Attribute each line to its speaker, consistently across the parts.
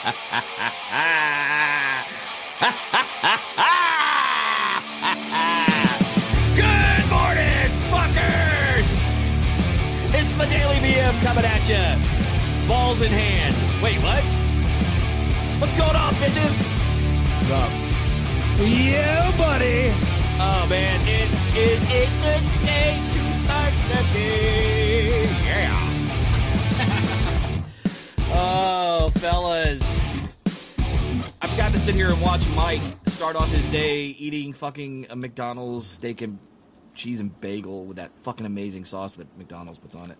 Speaker 1: Good morning, fuckers! It's the Daily BM coming at you. Balls in hand. Wait, what? What's going on, bitches?
Speaker 2: Yeah, buddy.
Speaker 1: Oh man, it is a good day to start the day. Yeah. oh, fellas. I've got to sit here and watch Mike start off his day eating fucking a McDonald's steak and cheese and bagel with that fucking amazing sauce that McDonald's puts on it.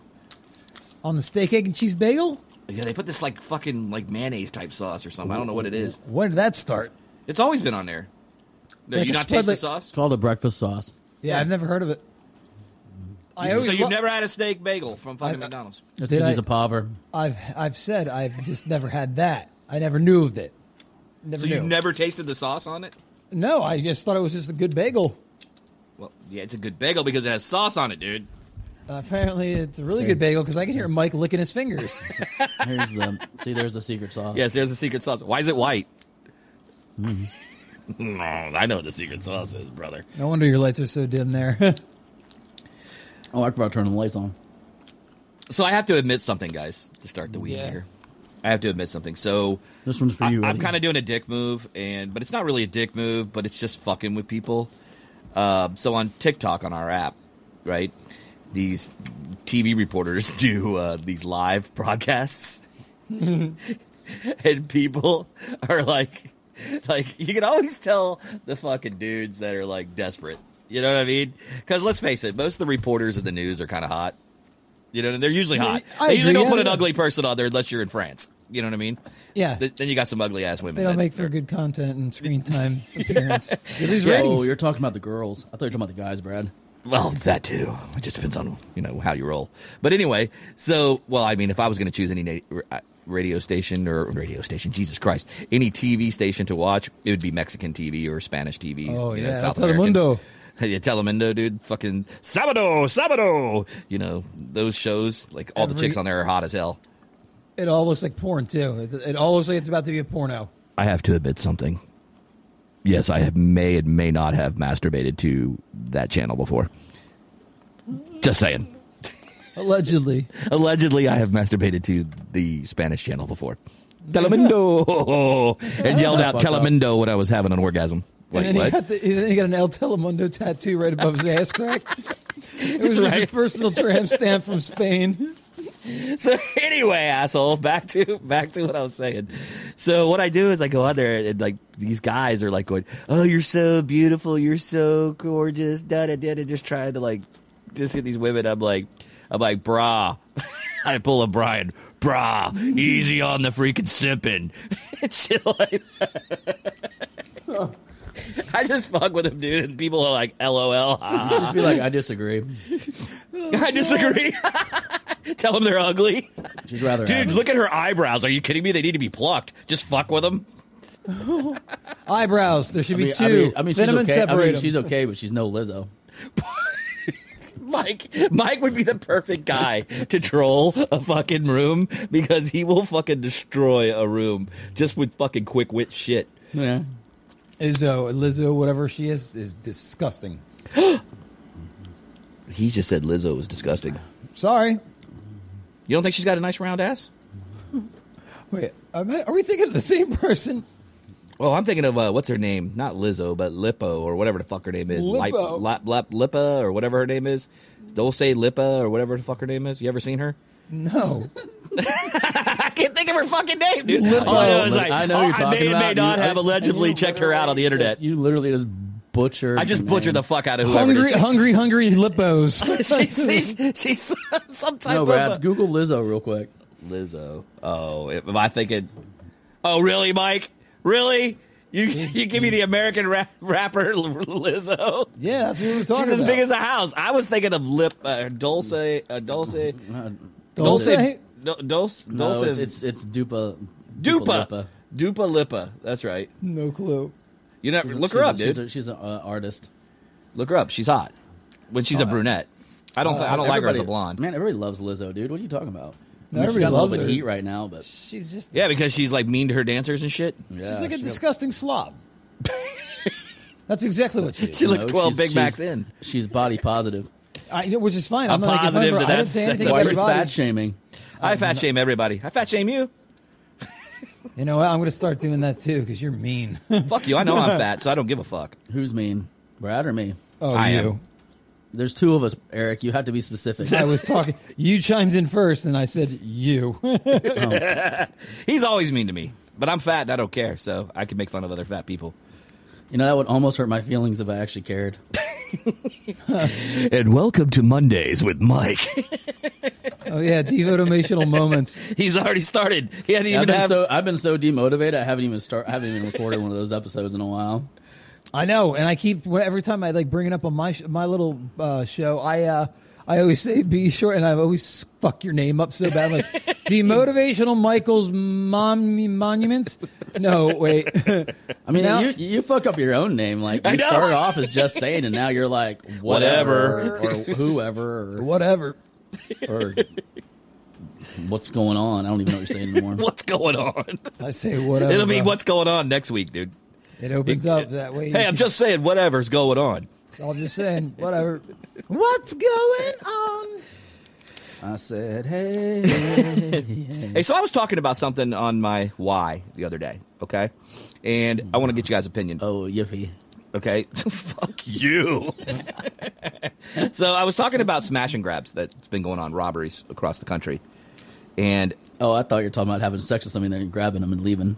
Speaker 2: On the steak, egg, and cheese bagel?
Speaker 1: Yeah, they put this like fucking like mayonnaise type sauce or something. I don't know what it is.
Speaker 2: When did that start?
Speaker 1: It's always been on there. No,
Speaker 2: Like
Speaker 1: you
Speaker 2: a
Speaker 1: not taste
Speaker 2: spread
Speaker 1: the
Speaker 2: like-
Speaker 1: sauce?
Speaker 3: It's called a breakfast sauce.
Speaker 2: Yeah, I've never heard of it. I always
Speaker 1: So you've
Speaker 2: lo-
Speaker 1: never had a steak bagel from fucking McDonald's?
Speaker 3: It's
Speaker 2: Did
Speaker 3: because
Speaker 2: I-
Speaker 3: he's a paver.
Speaker 2: I've I've said I've just never had that. I never knew of it. Never
Speaker 1: So
Speaker 2: knew.
Speaker 1: you never tasted the sauce on it?
Speaker 2: no, I just thought it was just a good bagel.
Speaker 1: Well, yeah, it's a good bagel because it has sauce on it, dude.
Speaker 2: Uh, apparently, it's a really good bagel because I can hear Mike licking his fingers.
Speaker 3: Here's the see. There's the secret sauce.
Speaker 1: Yes, there's a secret sauce. Why is it white? No, I know what the secret sauce is, brother.
Speaker 2: no wonder your lights are so dim there.
Speaker 3: Oh, I forgot to turn the lights on.
Speaker 1: So I have to admit something, guys, to start the week
Speaker 2: Yeah.
Speaker 1: here. I have to admit something. So
Speaker 3: This one's for
Speaker 1: I,
Speaker 3: you.
Speaker 1: I'm kind of doing a dick move, and but it's not really a dick move, but it's just fucking with people. Uh, so on TikTok on our app, right? These TV reporters do uh, these live broadcasts, and people are like, like you can always tell the fucking dudes that are like desperate. You know what I mean? Because let's face it, most of the reporters of the news are kind of hot. You know, and they're usually hot.
Speaker 2: I
Speaker 1: they usually
Speaker 2: agree,
Speaker 1: don't put
Speaker 2: yeah,
Speaker 1: an
Speaker 2: yeah.
Speaker 1: ugly person on there unless you're in France. You know what I mean?
Speaker 2: yeah,
Speaker 1: Th- then you got some ugly ass women.
Speaker 2: they don't
Speaker 1: that
Speaker 2: make for
Speaker 1: are-
Speaker 2: good content and screen time appearance. They lose ratings.
Speaker 3: Oh, you're talking about the girls. I thought you were talking about the guys, Brad.
Speaker 1: Well, that too. It just depends on you know how you roll. But anyway, so well, I mean, if I was going to choose any na- r- uh, radio station or radio station, Jesus Christ, any TV station to watch, it would be Mexican TV or Spanish TV.
Speaker 2: Oh,
Speaker 1: you
Speaker 2: yeah,
Speaker 1: know, South American.
Speaker 2: Telemundo.
Speaker 1: Yeah, Telemundo, dude. Fucking Sabado, Sabado. You know those shows. Like all the
Speaker 2: Every-
Speaker 1: chicks on there are hot as hell.
Speaker 2: It all looks like porn too. It, it all looks like it's about to be a porno.
Speaker 1: I have to admit something. Yes, I have may and may not have masturbated to that channel before. Just saying.
Speaker 2: Allegedly.
Speaker 1: Allegedly, I have masturbated to the Spanish channel before. Telemundo! and yelled out
Speaker 3: Fuck up.
Speaker 1: Telemundo when I was having an orgasm.
Speaker 2: and
Speaker 1: Wait,
Speaker 2: then he,
Speaker 1: what?
Speaker 2: got the, and then he got an El Telemundo tattoo right above his ass crack. It was just a
Speaker 1: right.
Speaker 2: personal tramp stamp from Spain.
Speaker 1: So anyway, asshole, back to back to what I was saying. So what I do is I go out there and like these guys are like going, "Oh, you're so beautiful, you're so gorgeous," da da da, da, just trying to like just get these women. I'm like, I'm like, brah. I pull a Brian, brah, easy on the freaking sipping, shit like that. I just fuck with them, dude, and people are like, "LOL." ha,
Speaker 3: Just be like, I disagree.
Speaker 1: ha." I disagree. Tell them they're ugly.
Speaker 3: She's rather. have
Speaker 1: Dude,
Speaker 3: it.
Speaker 1: look at her eyebrows. Are you kidding me? They need to be plucked. Just fuck with them.
Speaker 2: Eyebrows. There should
Speaker 3: I
Speaker 2: be
Speaker 3: mean,
Speaker 2: two.
Speaker 3: I mean, I mean, she's
Speaker 2: Thin 'em and
Speaker 3: okay. I
Speaker 2: separate
Speaker 3: mean,
Speaker 2: 'em.
Speaker 3: she's okay, but she's no Lizzo.
Speaker 1: Mike, Mike would be the perfect guy to troll a fucking room because he will fucking destroy a room just with fucking quick wit shit.
Speaker 3: Yeah.
Speaker 2: Izzo, Lizzo, whatever she is, is disgusting.
Speaker 1: He just said Lizzo was disgusting.
Speaker 2: Sorry.
Speaker 1: You don't think she's got a nice round ass?
Speaker 2: Wait, am I- are we thinking of the same person?
Speaker 1: Well, I'm thinking of uh, what's her name? Not Lizzo, but Lippo or whatever the fuck her name is. Lip-
Speaker 2: Lippo.
Speaker 1: Lap- Lap- Lippa or whatever her name is. Don't say Lippa or whatever the fuck her name is. You ever seen her?
Speaker 2: No.
Speaker 1: I can't think of her fucking name, dude.
Speaker 3: Lippo.
Speaker 1: All I know is like,
Speaker 3: I know
Speaker 1: oh,
Speaker 3: who you're
Speaker 1: I may
Speaker 3: talking
Speaker 1: and may
Speaker 3: about.
Speaker 1: not
Speaker 3: You-
Speaker 1: have
Speaker 3: I-
Speaker 1: allegedly
Speaker 3: and you
Speaker 1: checked her out on the internet.
Speaker 3: Just- you literally just butcher.
Speaker 1: I just butchered the fuck out of whoever.
Speaker 2: hungry,
Speaker 1: it is.
Speaker 2: hungry, hungry lippos.
Speaker 1: she's, she's, she's some type
Speaker 3: No,
Speaker 1: of
Speaker 3: Brad.
Speaker 1: a-
Speaker 3: Google Lizzo real quick.
Speaker 1: Lizzo. Oh, am I thinking? Oh, really, Mike? Really? You you give me the American rap, rapper Lizzo?
Speaker 2: yeah, that's what we were talking
Speaker 1: She's as
Speaker 2: about.
Speaker 1: big as a house. I was thinking of lip uh, Dulce, uh, Dulce,
Speaker 3: Uh,
Speaker 2: Dulce?
Speaker 1: Dul- Dulce,
Speaker 3: No,
Speaker 1: Dulce,
Speaker 3: it's it's, it's Dupa.
Speaker 1: Dupa,
Speaker 3: Lipa.
Speaker 1: Dupa, Lipa. That's right.
Speaker 2: No clue.
Speaker 1: You know, look
Speaker 3: She's
Speaker 1: her
Speaker 3: a-
Speaker 1: up, dude.
Speaker 3: she's a- She's an uh, artist.
Speaker 1: Look her up. She's hot. When she's a brunette. I don't. I don't like her as a
Speaker 3: Oh, Uh, Everybody-
Speaker 1: blonde.
Speaker 3: Man, everybody loves Lizzo, dude. What are you talking about? I mean, she got a little
Speaker 2: loves
Speaker 3: bit
Speaker 2: her.
Speaker 3: heat right now, but
Speaker 2: She's just
Speaker 1: Yeah, because she's like mean to her dancers and shit.
Speaker 3: yeah,
Speaker 2: she's like a
Speaker 3: she-
Speaker 2: disgusting slob. That's exactly what she is.
Speaker 1: She looked
Speaker 3: no,
Speaker 1: 12
Speaker 3: she's-
Speaker 1: Big Macs
Speaker 3: she's-
Speaker 1: in.
Speaker 3: She's body positive.
Speaker 2: I, you know, which is fine.
Speaker 1: I'm
Speaker 2: I'm, not making fun
Speaker 1: positive
Speaker 2: of her.
Speaker 1: that
Speaker 2: I didn't
Speaker 1: that's-
Speaker 2: say
Speaker 1: that's
Speaker 2: anything
Speaker 1: a
Speaker 3: Why
Speaker 2: about
Speaker 3: are
Speaker 2: your
Speaker 3: you
Speaker 2: body.
Speaker 3: fat shaming?
Speaker 1: I fat shame everybody. I fat shame you.
Speaker 2: You know what? I'm going to start doing that too because you're mean.
Speaker 1: Fuck you. I know I'm fat, so I don't give a fuck.
Speaker 3: Who's mean? Brad or me?
Speaker 2: oh,
Speaker 1: I am.
Speaker 2: you.
Speaker 3: There's two of us, Eric. You have to be specific.
Speaker 2: I was talking. You chimed in first, and I said you.
Speaker 1: He's always mean to me, but I'm fat and I don't care, so I can make fun of other fat people.
Speaker 3: You know that would almost hurt my feelings if I actually cared.
Speaker 1: And welcome to Mondays with Mike.
Speaker 2: oh yeah, devotimational moments.
Speaker 1: He's already started. He hadn't
Speaker 3: I've
Speaker 1: even
Speaker 3: been
Speaker 1: have.
Speaker 3: so I've been so demotivated. I haven't even start. I haven't even recorded one of those episodes in a while.
Speaker 2: I know, and I keep when- every time I like bring it up on my sh- my little uh, show. I uh, I always say be short, and I always fuck your name up so bad. Like demotivational Michael's mom- monuments. No, wait.
Speaker 3: I mean,
Speaker 2: Now-
Speaker 3: you you fuck up your own name. Like you
Speaker 1: know.
Speaker 3: started off as just saying, and now you're like whatever, or whoever
Speaker 2: Whatever.
Speaker 3: or, or what's going on. I don't even know what you're saying anymore.
Speaker 1: what's going on?
Speaker 2: I say
Speaker 3: Oh,
Speaker 2: whatever.
Speaker 1: It'll be
Speaker 2: bro.
Speaker 1: what's going on next week, dude.
Speaker 2: It opens up that way.
Speaker 1: Hey, I'm just saying whatever's going on.
Speaker 2: I'm just saying whatever. What's going on?
Speaker 3: I said, hey,
Speaker 1: Hey, so I was talking about something on my why the other day, okay? And I want to get you guys' opinion.
Speaker 3: oh yiffy.
Speaker 1: Okay. Fuck you. so I was talking about smash and grabs that's been going on, robberies across the country. And
Speaker 3: Oh, I thought you were talking about having sex with somebody and then grabbing them and leaving,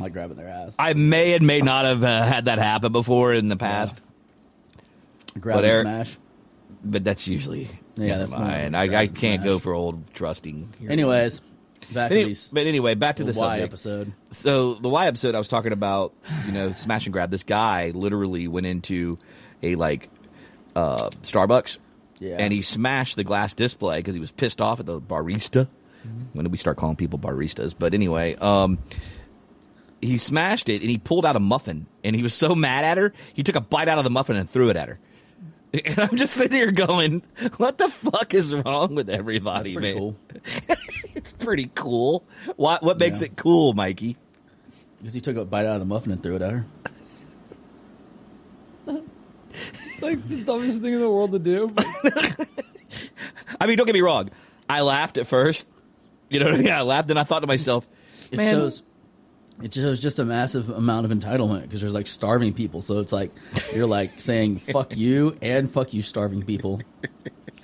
Speaker 3: like grabbing their ass.
Speaker 1: I may and may not have uh, had that happen before in the past,
Speaker 3: Grab
Speaker 1: but
Speaker 3: and
Speaker 1: Eric-
Speaker 3: smash.
Speaker 1: but that's usually.
Speaker 3: Yeah,
Speaker 1: never
Speaker 3: that's more
Speaker 1: mine.
Speaker 3: like
Speaker 1: I, I
Speaker 3: grab and
Speaker 1: can't go
Speaker 3: smash.
Speaker 1: for old trusting.
Speaker 3: Anyways, back to
Speaker 1: Any-
Speaker 3: these.
Speaker 1: but anyway, back to
Speaker 3: the
Speaker 1: the
Speaker 3: Y
Speaker 1: subject.
Speaker 3: episode.
Speaker 1: So the Y episode, I was talking about, you know, smash and grab. This guy literally went into a like uh, Starbucks,
Speaker 3: Yeah.
Speaker 1: and he smashed the glass display because he was pissed off at the barista.
Speaker 3: Mm-hmm.
Speaker 1: When did we start calling people baristas? But anyway, um, he smashed it and he pulled out a muffin, and he was so mad at her, he took a bite out of the muffin and threw it at her. And I'm just sitting here going, "What the fuck is wrong with everybody,
Speaker 3: That's pretty
Speaker 1: man?
Speaker 3: cool
Speaker 1: it's pretty cool. What what makes
Speaker 3: Yeah.
Speaker 1: it cool, Mikey?
Speaker 3: because he took a bite out of the muffin and threw it at her.
Speaker 2: Like the dumbest thing in the world to do.
Speaker 1: I mean, don't get me wrong. I laughed at first. You know what I mean? I laughed and I thought to myself,
Speaker 3: It
Speaker 1: Man.
Speaker 3: shows. It shows just a massive amount of entitlement because there's like starving people. So it's like you're like saying "fuck you" and "fuck you" starving people,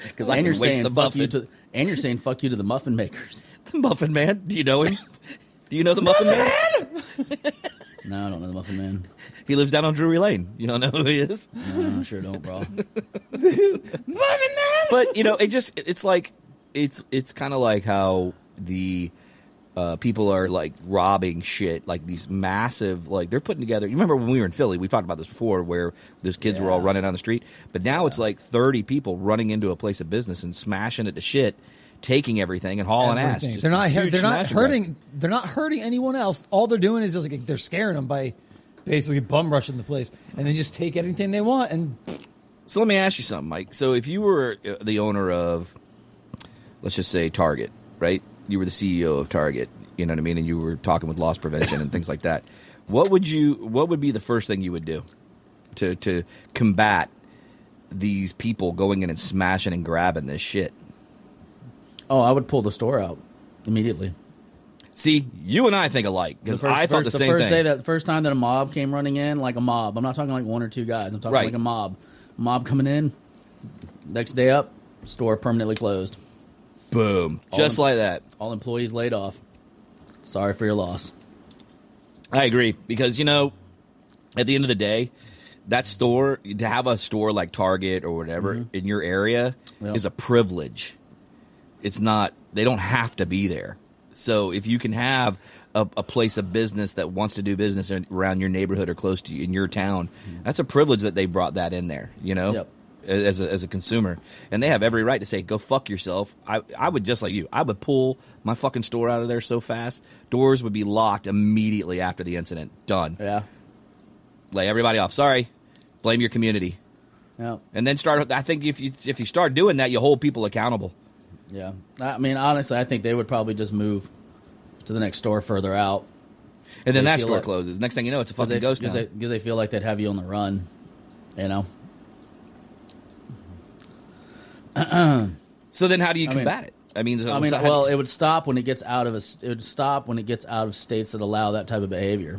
Speaker 1: because I
Speaker 3: and you're
Speaker 1: can waste
Speaker 3: saying
Speaker 1: the
Speaker 3: "fuck you"
Speaker 1: muffin.
Speaker 3: to and you're saying "fuck you" to the muffin makers.
Speaker 1: the muffin man. Do you know him? Do you know the muffin man?
Speaker 3: No, I don't know the muffin man.
Speaker 1: He lives down on Drury Lane. You don't know who he is?
Speaker 3: No, I sure don't, bro.
Speaker 1: but you know, it just it's like it's it's kind of like how the uh, people are like robbing shit, like these massive, like they're putting together. You remember when we were in Philly? We talked about this before, where those kids were all
Speaker 3: Yeah.
Speaker 1: running down the street. But now it's like thirty people running into a place of business and smashing it to shit, taking everything and hauling ass.
Speaker 2: Everything.
Speaker 1: Just
Speaker 2: They're
Speaker 1: a
Speaker 2: not. hu-
Speaker 1: huge
Speaker 2: They're not
Speaker 1: smash and grab.
Speaker 2: hurting. They're not hurting anyone else. All they're doing is just like they're scaring them by basically bum rushing the place, and they just take anything they want. And
Speaker 1: So let me ask you something, Mike. So if you were uh, the owner of, let's just say Target, right? You were the CEO of Target. You know what I mean, and you were talking with loss prevention and things like that. What would you? What would be the first thing you would do to to combat these people going in and smashing and grabbing this shit?
Speaker 3: Oh, I would pull the store out immediately.
Speaker 1: See, you and I think alike because I thought the
Speaker 3: first,
Speaker 1: same
Speaker 3: first
Speaker 1: thing.
Speaker 3: day that the first time that a mob came running in, like a mob. I'm not talking like one or two guys. I'm talking
Speaker 1: Right.
Speaker 3: like a mob. Mob coming in. Next day up, store permanently closed.
Speaker 1: Boom, just
Speaker 3: All-
Speaker 1: like that.
Speaker 3: All employees laid off. Sorry for your loss.
Speaker 1: I agree because you know, at the end of the day, that store to have a store like Target or whatever in your area
Speaker 3: Yeah.
Speaker 1: is a privilege. It's not they don't have to be there. So if you can have a, a place of business that wants to do business in- around your neighborhood or close to you in your town, that's a privilege that they brought that in there. You know.
Speaker 3: Yep.
Speaker 1: As a, as a consumer, and they have every right to say, "Go fuck yourself." I I would just like you. I would pull my fucking store out of there so fast. Doors would be locked immediately after the incident. Done
Speaker 3: Yeah.
Speaker 1: lay everybody off. Sorry, blame your community,
Speaker 3: Yeah.
Speaker 1: and then start. I think if you if you start doing that, you hold people accountable.
Speaker 3: Yeah. I mean, honestly, I think they would probably just move to the next store further out.
Speaker 1: And then
Speaker 3: They
Speaker 1: that
Speaker 3: feel
Speaker 1: store
Speaker 3: like-
Speaker 1: closes. Next thing you know, it's a fucking
Speaker 3: they,
Speaker 1: ghost town.
Speaker 3: because they, 'cause they feel like they'd have you on the run, you know?
Speaker 1: so then, how do you
Speaker 3: I mean-
Speaker 1: combat it? I mean, so-
Speaker 3: I mean,
Speaker 1: so how-
Speaker 3: well, it would stop when it gets out of a, it would stop when it gets out of states that allow that type of behavior.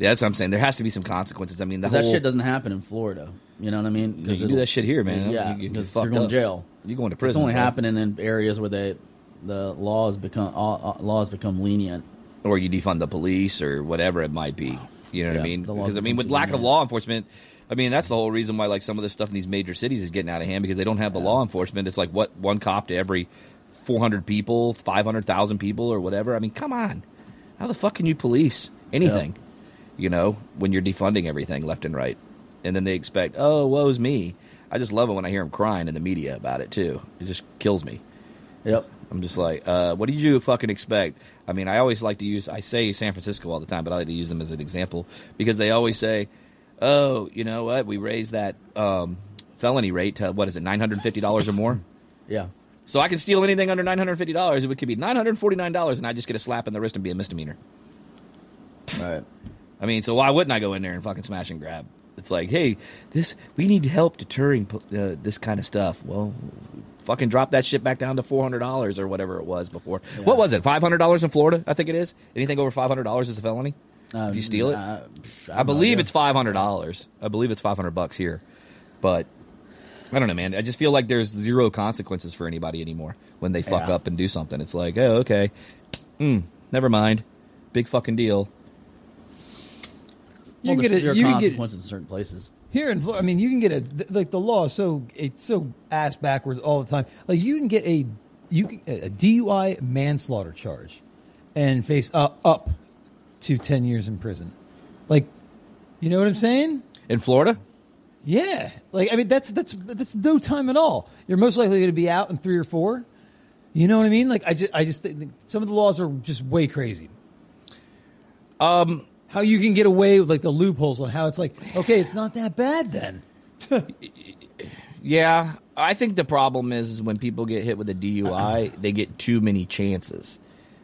Speaker 1: yeah, that's what I'm saying. There has to be some consequences. I mean, the
Speaker 3: That
Speaker 1: whole,
Speaker 3: shit doesn't happen in Florida. You know what I mean?
Speaker 1: You, know, you do
Speaker 3: it'll-
Speaker 1: that shit here, man.
Speaker 3: Yeah,
Speaker 1: you,
Speaker 3: because
Speaker 1: fucked
Speaker 3: you're going
Speaker 1: up.
Speaker 3: to jail.
Speaker 1: You're going to
Speaker 3: It's
Speaker 1: prison.
Speaker 3: only
Speaker 1: bro.
Speaker 3: happening in areas where they the laws become uh, uh, laws become lenient.
Speaker 1: or you defund the police or whatever it might be. You know what I
Speaker 3: Yeah,
Speaker 1: mean?
Speaker 3: the law
Speaker 1: Because I mean,
Speaker 3: becomes
Speaker 1: with lack of
Speaker 3: lenient.
Speaker 1: law enforcement, I mean that's the whole reason why like some of the stuff in these major cities is getting out of hand because they don't have the law enforcement. It's like what one cop to every four hundred people, five hundred thousand people, or whatever. I mean, come on, how the fuck can you police anything? You know, when you're defunding everything left and right, and then they expect, oh, woe's me. I just love it when I hear them crying in the media about it too. It just kills me.
Speaker 3: Yep.
Speaker 1: I'm just like, uh, what did you fucking expect? I mean, I always like to use, I say San Francisco all the time, but I like to use them as an example because they always say, oh, you know what? We raised that um, felony rate to, what is it, $950 or more?
Speaker 3: Yeah.
Speaker 1: So I can steal anything under $950. It could be $949 and I just get a slap in the wrist and be a misdemeanor.
Speaker 3: Right.
Speaker 1: I mean, so why wouldn't I go in there and fucking smash and grab? It's like, hey, this we need help deterring uh, this kind of stuff. Well, fucking drop that shit back down to four hundred dollars or whatever it was before. What was it? Five hundred dollars in Florida, I think it is. Anything over five hundred dollars is a felony.
Speaker 3: Um,
Speaker 1: if you steal it,
Speaker 3: I,
Speaker 1: I believe it's five hundred dollars. I believe it's five hundred bucks here, but I don't know, man. I just feel like there's zero consequences for anybody anymore when they fuck
Speaker 3: Yeah.
Speaker 1: up and do something. It's like, oh, okay, mm, never mind, big fucking deal.
Speaker 3: Well,
Speaker 2: you
Speaker 3: there's
Speaker 2: get a,
Speaker 3: severe
Speaker 2: you can get
Speaker 3: consequences in certain places.
Speaker 2: here in Florida. I mean, you can get a th- like the law is so it's so ass backwards all the time. Like you can get a you can, a DUI manslaughter charge and face uh, up to ten years in prison. Like, you know what I'm saying?
Speaker 1: In Florida,
Speaker 2: Yeah, like I mean, that's that's that's no time at all. You're most likely going to be out in three or four. You know what I mean? Like I just I just think some of the laws are just way crazy. Um, how you can get away with like the loopholes on how it's like okay, it's not that bad then.
Speaker 1: Yeah, I think the problem is, is when people get hit with a DUI, they get too many chances.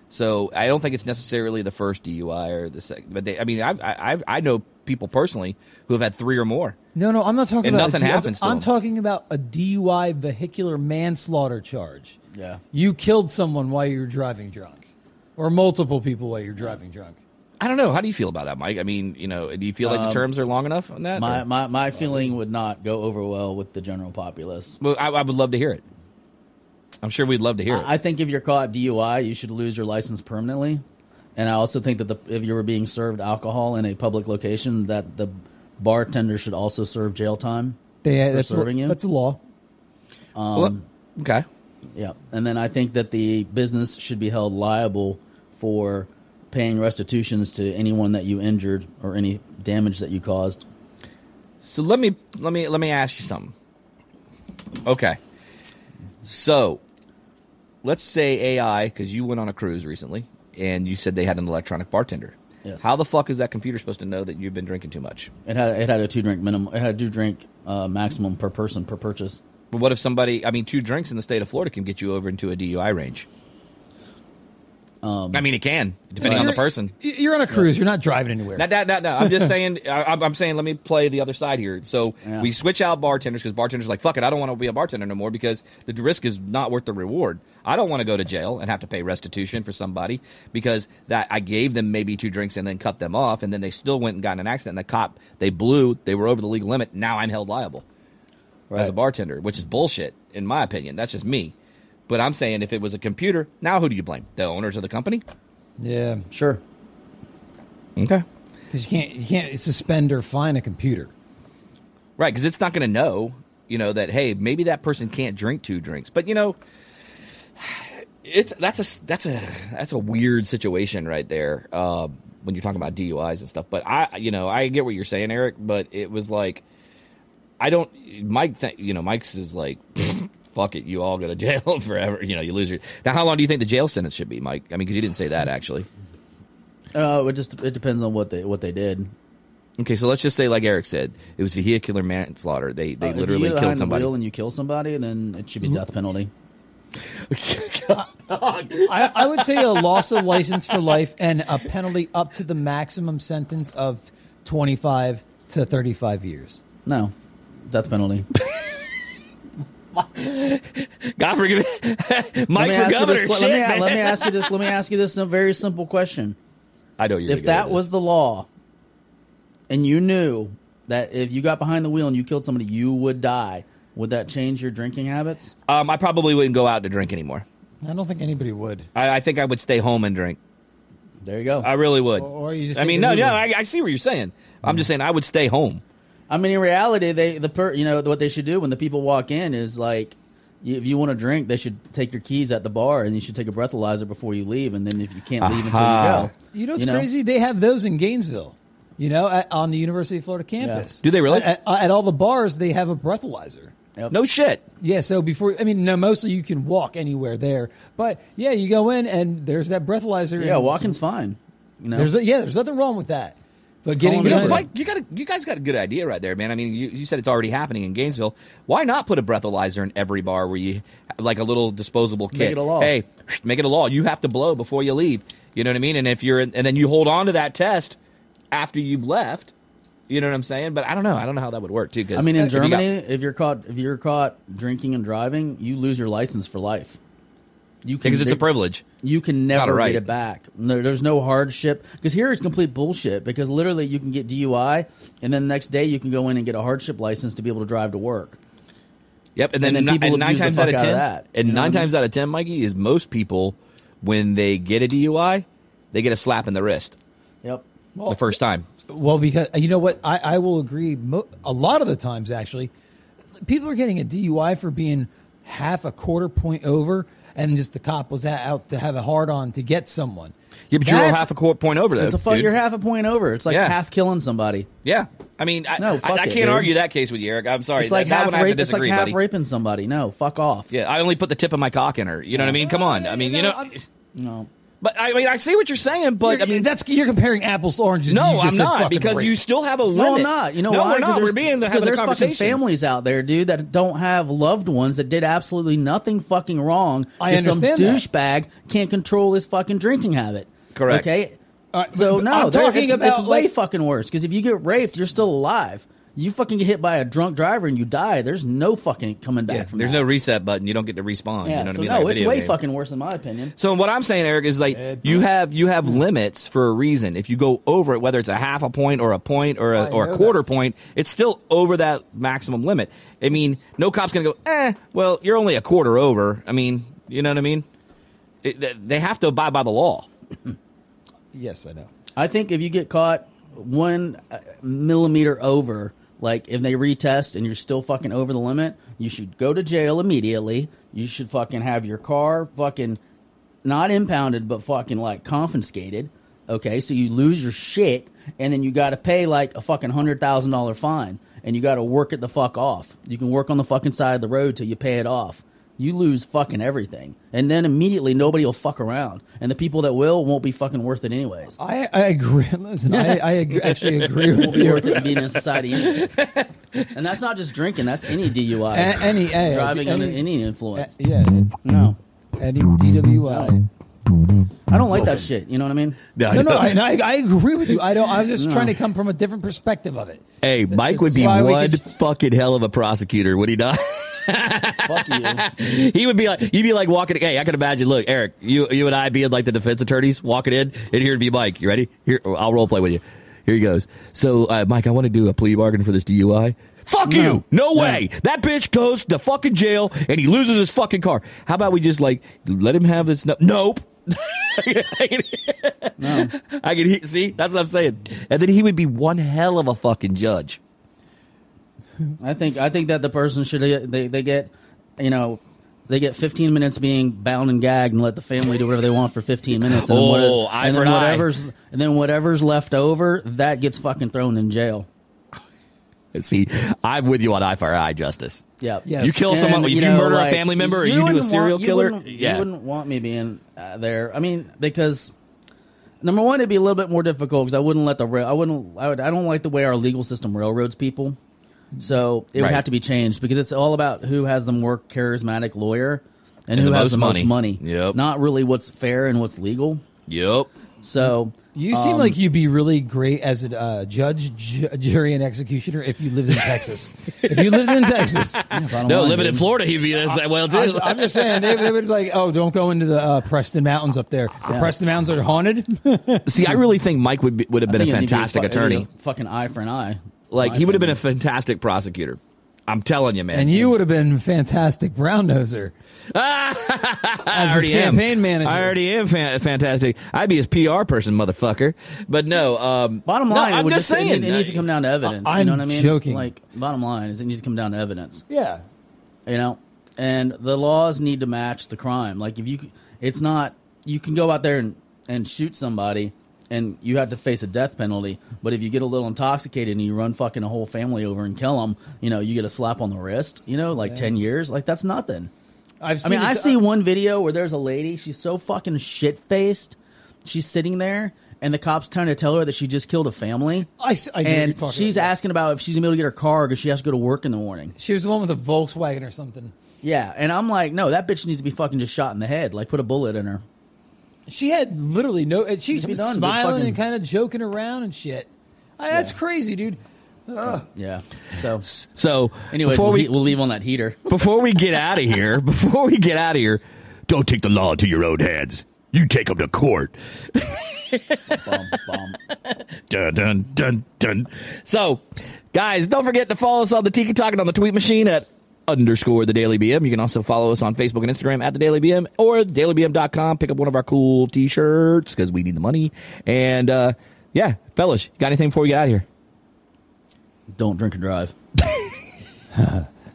Speaker 1: So I don't think it's necessarily the first DUI or the second. But they, I mean, I, I I've- I know people personally who have had three or more.
Speaker 2: No, no, I'm not talking
Speaker 1: And
Speaker 2: about a
Speaker 1: nothing
Speaker 2: DUI.
Speaker 1: happens to
Speaker 2: I'm
Speaker 1: them.
Speaker 2: talking about a DUI vehicular manslaughter charge.
Speaker 3: Yeah.
Speaker 2: you killed someone while you were driving drunk, or multiple people while you're driving drunk.
Speaker 1: I don't know. How do you feel about that, Mike? I mean, you know, do you feel like the terms are long enough on that?
Speaker 3: Um, My,
Speaker 1: or-
Speaker 3: my, my feeling would not go over well with the general populace.
Speaker 1: well, I, I would love to hear it. I'm sure we'd love to hear it.
Speaker 3: I I think if you're caught DUI, you should lose your license permanently. And I also think that the, if you were being served alcohol in a public location, that the bartender should also serve jail time.
Speaker 2: They that's
Speaker 3: serving you?
Speaker 2: that's a law.
Speaker 1: Well,
Speaker 3: um,
Speaker 1: okay.
Speaker 3: Yeah. And then I think that the business should be held liable for paying restitutions to anyone that you injured or any damage that you caused.
Speaker 1: So let me let me let me ask you something. Okay. So let's say AI, because you went on a cruise recently and you said they had an electronic bartender.
Speaker 3: Yes.
Speaker 1: How the fuck is that computer supposed to know that you've been drinking too much?
Speaker 3: It had it had a two drink minimum. It had a two drink uh, maximum per person per purchase.
Speaker 1: But what if somebody? I mean, two drinks in the state of Florida can get you over into a DUI range. I mean, it can, depending on the
Speaker 2: You're-
Speaker 1: person.
Speaker 2: You're on a cruise. You're not driving anywhere.
Speaker 1: No, no, no, no. I'm just saying. I, I'm- I'm saying. Let me play the other side here. So
Speaker 3: Yeah.
Speaker 1: we switch out bartenders because bartenders are like, fuck it, I don't want to be a bartender no more because the risk is not worth the reward. I don't want to go to jail and have to pay restitution for somebody because that I gave them maybe two drinks and then cut them off, and then they still went and got in an accident. And the cop they blew. They were over the legal limit. Now I'm held liable as a
Speaker 3: Right.
Speaker 1: bartender, which is bullshit in my opinion. That's just me. But I'm saying if it was a computer, now who do you blame? The owners of the company?
Speaker 2: Yeah,
Speaker 3: Sure.
Speaker 1: Okay.
Speaker 2: because you can't you can't suspend or fine a computer.
Speaker 1: Right, because it's not going to know, you know, that hey, maybe that person can't drink two drinks. But you know, it's that's a that's a that's a weird situation right there uh, when you're talking about DUIs and stuff. But I, you know, I get what you're saying, Eric. But it was like, I don't, Mike. Th- you know, Mike's is like, fuck it, you all go to jail forever. You know, you lose your. Now, how long do you think the jail sentence should be, Mike? I mean, because you didn't say that actually.
Speaker 3: Uh, it just it depends on what they what they did.
Speaker 1: Okay, so let's just say, like Eric said, it was vehicular manslaughter. They they
Speaker 3: Uh, if you
Speaker 1: literally
Speaker 3: get behind
Speaker 1: killed
Speaker 3: the
Speaker 1: somebody. Mm-hmm.
Speaker 3: wheel and you kill somebody, then it should be death penalty.
Speaker 2: I, I would say a loss of license for life and a penalty up to the maximum sentence of 25 to 35 years.
Speaker 3: No, death penalty.
Speaker 1: God forgive me. Mike for
Speaker 3: you this,
Speaker 1: governor.
Speaker 3: que-
Speaker 1: shit,
Speaker 3: let, me,
Speaker 1: man.
Speaker 3: let me ask you this. Let me ask you this. A very simple question.
Speaker 1: I know you're.
Speaker 3: if that was the law, and you knew that if you got behind the wheel and you killed somebody, you would die. Would that change your drinking habits?
Speaker 1: um, I probably wouldn't go out to drink anymore.
Speaker 2: I don't think anybody would.
Speaker 1: I, I think I would stay home and drink.
Speaker 3: There you go.
Speaker 1: I really would.
Speaker 2: Or- or you just
Speaker 1: I
Speaker 2: take
Speaker 1: mean,
Speaker 2: the
Speaker 1: no, no.
Speaker 2: Uber.
Speaker 1: I, I see what you're saying. I'm just saying I would stay home.
Speaker 3: I mean, in reality, they the per, you know what they should do when the people walk in is like, you, if you want to drink, they should take your keys at the bar and you should take a breathalyzer before you leave, and then if you can't leave
Speaker 1: Aha.
Speaker 3: until you go,
Speaker 2: You know what's crazy? They have those in Gainesville, you know, at, on the University of Florida campus.
Speaker 1: Do they really?
Speaker 2: At, at- at all the bars, they have a breathalyzer.
Speaker 1: No shit.
Speaker 2: Yeah, so before, I mean, no, mostly you can walk anywhere there. But yeah, you go in and there's that breathalyzer.
Speaker 3: Yeah,
Speaker 2: and
Speaker 3: walking's fine. You know,
Speaker 2: There's, yeah, there's nothing wrong with that. But getting
Speaker 3: an
Speaker 1: You know,
Speaker 3: Uber.
Speaker 2: behind-
Speaker 1: Mike, you got a, you guys got a good idea right there, man. I mean, you, you said it's already happening in Gainesville. Why not put a breathalyzer in every bar where you like a little disposable kit?
Speaker 3: it a law.
Speaker 1: Hey, make it a law. You have to blow before you leave. You know what I mean? And if you're in, and then you hold on to that test after you've left. You know what I'm saying? But I don't know. I don't know how that would work too. 'cause
Speaker 3: I mean, in
Speaker 1: if you got-
Speaker 3: Germany, if you're caught if you're caught drinking and driving, you lose your license for life. You can
Speaker 1: because it's a
Speaker 3: they-
Speaker 1: privilege.
Speaker 3: You can
Speaker 1: not a
Speaker 3: never
Speaker 1: right.
Speaker 3: get it back. No, there's no hardship because here it's complete bullshit. Because literally, you can get DUI, and then the next day you can go in and get a hardship license to be able to drive to work.
Speaker 1: Yep, and then,
Speaker 3: And then
Speaker 1: ni-
Speaker 3: people
Speaker 1: and nine
Speaker 3: abuse the
Speaker 1: times out of
Speaker 3: fuck
Speaker 1: ten,
Speaker 3: out of that,
Speaker 1: and
Speaker 3: you know
Speaker 1: nine
Speaker 3: what I mean?
Speaker 1: times out of ten, Mikey is most people when they get a DUI, they get a slap in the wrist
Speaker 3: Yep.
Speaker 1: the first time.
Speaker 2: Well, because you know what, I, I will agree. Mo- a lot of the times, actually, people are getting a DUI for being half a quarter point over, and just the cop was a- out to have a hard on to get someone.
Speaker 1: Yeah, but you're
Speaker 2: That's-
Speaker 1: half a court point over though.
Speaker 3: It's a fuck.
Speaker 1: dude.
Speaker 3: You're half a point over. It's like
Speaker 1: Yeah.
Speaker 3: half killing somebody.
Speaker 1: Yeah, I mean, I,
Speaker 3: No,
Speaker 1: I,
Speaker 3: fuck
Speaker 1: I
Speaker 3: it,
Speaker 1: can't
Speaker 3: dude.
Speaker 1: argue that case with you, Eric. I'm sorry.
Speaker 3: It's like
Speaker 1: that, that
Speaker 3: half
Speaker 1: one I have to
Speaker 3: rape. It's like
Speaker 1: disagree,
Speaker 3: half
Speaker 1: buddy.
Speaker 3: raping somebody. No, fuck off.
Speaker 1: Yeah, I only put the tip of my cock in her. You know what I mean? Come on. I mean, you know.
Speaker 2: I'm-
Speaker 3: No.
Speaker 1: But I mean, I see what you're saying, but
Speaker 2: You're-
Speaker 1: I mean,
Speaker 2: that's you're comparing apples to oranges.
Speaker 1: no,
Speaker 2: You just
Speaker 1: I'm
Speaker 2: said
Speaker 1: not
Speaker 2: fucking
Speaker 1: because
Speaker 2: rape.
Speaker 1: you still have a limit.
Speaker 3: No, I'm not. You know
Speaker 1: no,
Speaker 3: why?
Speaker 1: we're
Speaker 3: 'Cause
Speaker 1: not.
Speaker 3: there's-
Speaker 1: We're being the
Speaker 3: because
Speaker 1: having a
Speaker 3: there's fucking
Speaker 1: conversation.
Speaker 3: families out there, dude, that don't have loved ones that did absolutely nothing fucking wrong.
Speaker 2: I
Speaker 3: Just
Speaker 2: understand
Speaker 3: Some
Speaker 2: that.
Speaker 3: douchebag can't control his fucking drinking habit.
Speaker 1: Correct.
Speaker 3: Okay.
Speaker 2: All right,
Speaker 3: so
Speaker 2: Uh, but- but
Speaker 3: no,
Speaker 2: I'm
Speaker 3: there-
Speaker 2: talking
Speaker 3: it's,
Speaker 2: about,
Speaker 3: it's way
Speaker 2: like-
Speaker 3: fucking worse because if you get raped, you're still alive. You fucking get hit by a drunk driver and you die. There's no fucking coming back
Speaker 1: Yeah,
Speaker 3: from
Speaker 1: there's
Speaker 3: that.
Speaker 1: no reset button. You don't get to respawn. you
Speaker 3: Yeah,
Speaker 1: know what I
Speaker 3: so
Speaker 1: mean?
Speaker 3: no,
Speaker 1: Like a
Speaker 3: it's
Speaker 1: video
Speaker 3: way
Speaker 1: game.
Speaker 3: fucking worse in my opinion.
Speaker 1: So what I'm saying, Eric, is like you have you have limits for a reason. If you go over it, whether it's a half a point or a point or a,
Speaker 2: I
Speaker 1: or a
Speaker 2: know
Speaker 1: quarter
Speaker 2: that.
Speaker 1: point, it's still over that maximum limit. I mean, no cop's gonna go. Eh, well, you're only a quarter over. I mean, you know what I mean? It, th- they have to abide by the law.
Speaker 2: yes, I know.
Speaker 3: I think if you get caught one uh, millimeter over, like if they retest and you're still fucking over the limit, you should go to jail immediately. You should fucking have your car fucking not impounded, but fucking like confiscated. Okay, so you lose your shit, and then you got to pay like a fucking hundred thousand dollar fine, and you got to work it the fuck off. You can work on the fucking side of the road till you pay it off. You lose fucking everything, and then immediately nobody will fuck around, and the people that will won't be fucking worth it anyways.
Speaker 2: I, I agree. Listen, I, I ag- actually agree with
Speaker 3: be
Speaker 2: you.
Speaker 3: worth it to be in a society anyways. And that's not just drinking, that's any DUI.
Speaker 2: A- any a-
Speaker 3: driving
Speaker 2: any,
Speaker 3: under any
Speaker 2: a-
Speaker 3: influence.
Speaker 2: yeah,
Speaker 3: no.
Speaker 2: any DWI.
Speaker 3: I don't like that shit. You know what I mean?
Speaker 2: No, no, I, I, I agree with you. I don't. I was just trying to come from a different perspective of it.
Speaker 1: Hey, Mike
Speaker 2: This
Speaker 1: would
Speaker 2: is
Speaker 1: be
Speaker 2: why we
Speaker 1: one
Speaker 2: could-
Speaker 1: fucking hell of a prosecutor, would he not?
Speaker 3: Fuck you.
Speaker 1: he would be like, you'd be like walking. Hey, I can imagine. Look, Eric, you you and I being like the defense attorneys walking in, and here'd be Mike. You ready? Here, I'll role play with you. Here he goes. So, uh, Mike, I want to do a plea bargain for this DUI. Fuck you! No way! That bitch goes to fucking jail and he loses his fucking car. How about we just like let him have this? No- nope. I can he- see. That's what I'm saying. And then he would be one hell of a fucking judge.
Speaker 3: I think I think that the person should get- they, they get you know they get 15 minutes being bound and gagged and let the family do whatever they want for 15 minutes. And
Speaker 1: Oh,
Speaker 3: then, whatever-
Speaker 1: eye
Speaker 3: and
Speaker 1: for
Speaker 3: then
Speaker 1: an eye.
Speaker 3: whatever's and then whatever's left over that gets fucking thrown in jail.
Speaker 1: See, I'm with you on eye for eye justice.
Speaker 3: Yep.
Speaker 2: Yes.
Speaker 1: You kill
Speaker 2: And,
Speaker 1: someone, if you,
Speaker 3: know,
Speaker 1: murder a
Speaker 3: like,
Speaker 1: family member, or you, do a
Speaker 3: wouldn't
Speaker 1: serial
Speaker 3: want- you
Speaker 1: killer.
Speaker 3: wouldn't-
Speaker 1: yeah,
Speaker 3: You wouldn't want me being uh, there. I mean, because number one, it'd be a little bit more difficult because I wouldn't let the rail. I wouldn't. I, would, I don't like the way our legal system railroads people. So it would
Speaker 1: Right.
Speaker 3: have to be changed because it's all about who has the more charismatic lawyer. and, who has the most money.
Speaker 1: Yep.
Speaker 3: Not really what's fair and what's legal.
Speaker 1: Yep.
Speaker 3: So
Speaker 2: You
Speaker 1: Um,
Speaker 2: seem like you'd be really great as a uh, judge, ju- jury, and executioner if you lived in Texas. if you lived in Texas,
Speaker 3: bottom
Speaker 1: No,
Speaker 3: line,
Speaker 1: living in
Speaker 3: dude,
Speaker 1: Florida, he'd be this that well too.
Speaker 2: I'm just saying they, they would like, oh, don't go into the uh, Preston Mountains up there. The
Speaker 3: Yeah.
Speaker 2: Preston Mountains are haunted.
Speaker 1: See, I really think Mike would be, would have
Speaker 3: I
Speaker 1: been a
Speaker 3: think it'd be
Speaker 1: fantastic
Speaker 3: fu- it'd be a
Speaker 1: attorney.
Speaker 3: fucking eye for an eye.
Speaker 1: Like
Speaker 3: My
Speaker 1: he would have been a
Speaker 3: opinion.
Speaker 1: fantastic prosecutor. I'm telling you, man.
Speaker 2: and you would have been fantastic brown noser as his
Speaker 1: already am.
Speaker 2: campaign manager.
Speaker 1: I already am fan- fantastic. I'd be his PR person, motherfucker. But no, um,
Speaker 3: Bottom
Speaker 1: no,
Speaker 3: line, it
Speaker 1: I'm
Speaker 3: would
Speaker 1: just
Speaker 3: just- it-
Speaker 1: saying.
Speaker 3: it, needs to come down to evidence.
Speaker 2: I-
Speaker 3: you know
Speaker 2: I'm
Speaker 3: what I mean?
Speaker 2: joking.
Speaker 3: Like bottom line is it needs to come down to evidence.
Speaker 2: yeah.
Speaker 3: you know and the laws need to match the crime like if you it's not you can go out there and, and shoot somebody and you have to face a death penalty but if you get a little intoxicated and you run fucking a whole family over and kill them you know you get a slap on the wrist you know like 10 years like that's nothing
Speaker 2: I've
Speaker 3: i
Speaker 2: seen
Speaker 3: mean i
Speaker 2: this- uh,
Speaker 3: see one video where there's a lady she's so fucking shit-faced she's sitting there and the cops trying to tell her that she just killed a family
Speaker 2: I, s- I know what you're
Speaker 3: and
Speaker 2: talking
Speaker 3: she's
Speaker 2: about.
Speaker 3: asking about if she's gonna be able to get her car because she has to go to work in the morning
Speaker 2: She was the one with a Volkswagen or something.
Speaker 3: yeah, and I'm like, no, that bitch needs to be fucking just shot in the head. Like, put a bullet in her.
Speaker 2: She had literally no. and She
Speaker 3: It'd be
Speaker 2: was
Speaker 3: done, but
Speaker 2: smiling
Speaker 3: fucking-
Speaker 2: and kind of joking around and shit. Uh, That's crazy, dude.
Speaker 3: Yeah. So,
Speaker 1: so,
Speaker 3: anyways,
Speaker 1: before
Speaker 3: we'll,
Speaker 1: we
Speaker 3: we, will leave on that heater.
Speaker 1: before we get out of here, before we get out of here, don't take the law into your own hands. You take them to court.
Speaker 3: Bum, bum.
Speaker 1: Dun dun dun dun. So, guys, don't forget to follow us on the Tiki Talk and on the Tweet Machine at underscore the Daily BM. You can also follow us on Facebook and Instagram at the Daily BM or dailybm.com. Pick up one of our cool T-shirts because we need the money. And uh, yeah, fellas, you got anything before we get out of here?
Speaker 3: Don't drink and drive.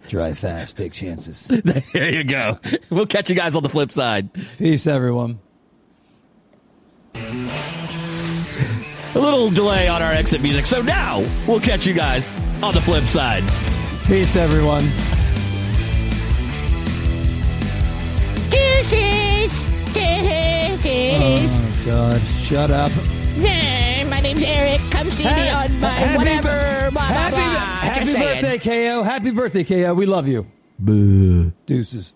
Speaker 2: Drive fast, take chances.
Speaker 1: there you go. We'll catch you guys on the flip side.
Speaker 2: Peace, everyone.
Speaker 1: A little delay on our exit music, so now we'll catch you guys on the flip side.
Speaker 2: Peace, everyone.
Speaker 4: Deuces! Deuces!
Speaker 2: Oh God, shut up.
Speaker 4: Nah, my name's Eric. Come see me
Speaker 2: Uh. Ha-
Speaker 4: on my
Speaker 2: happy-
Speaker 4: whatever. Blah, blah,
Speaker 2: Happy,
Speaker 4: blah.
Speaker 2: happy
Speaker 4: Just saying.
Speaker 2: birthday, KO. Happy birthday, KO. We love you. Deuces.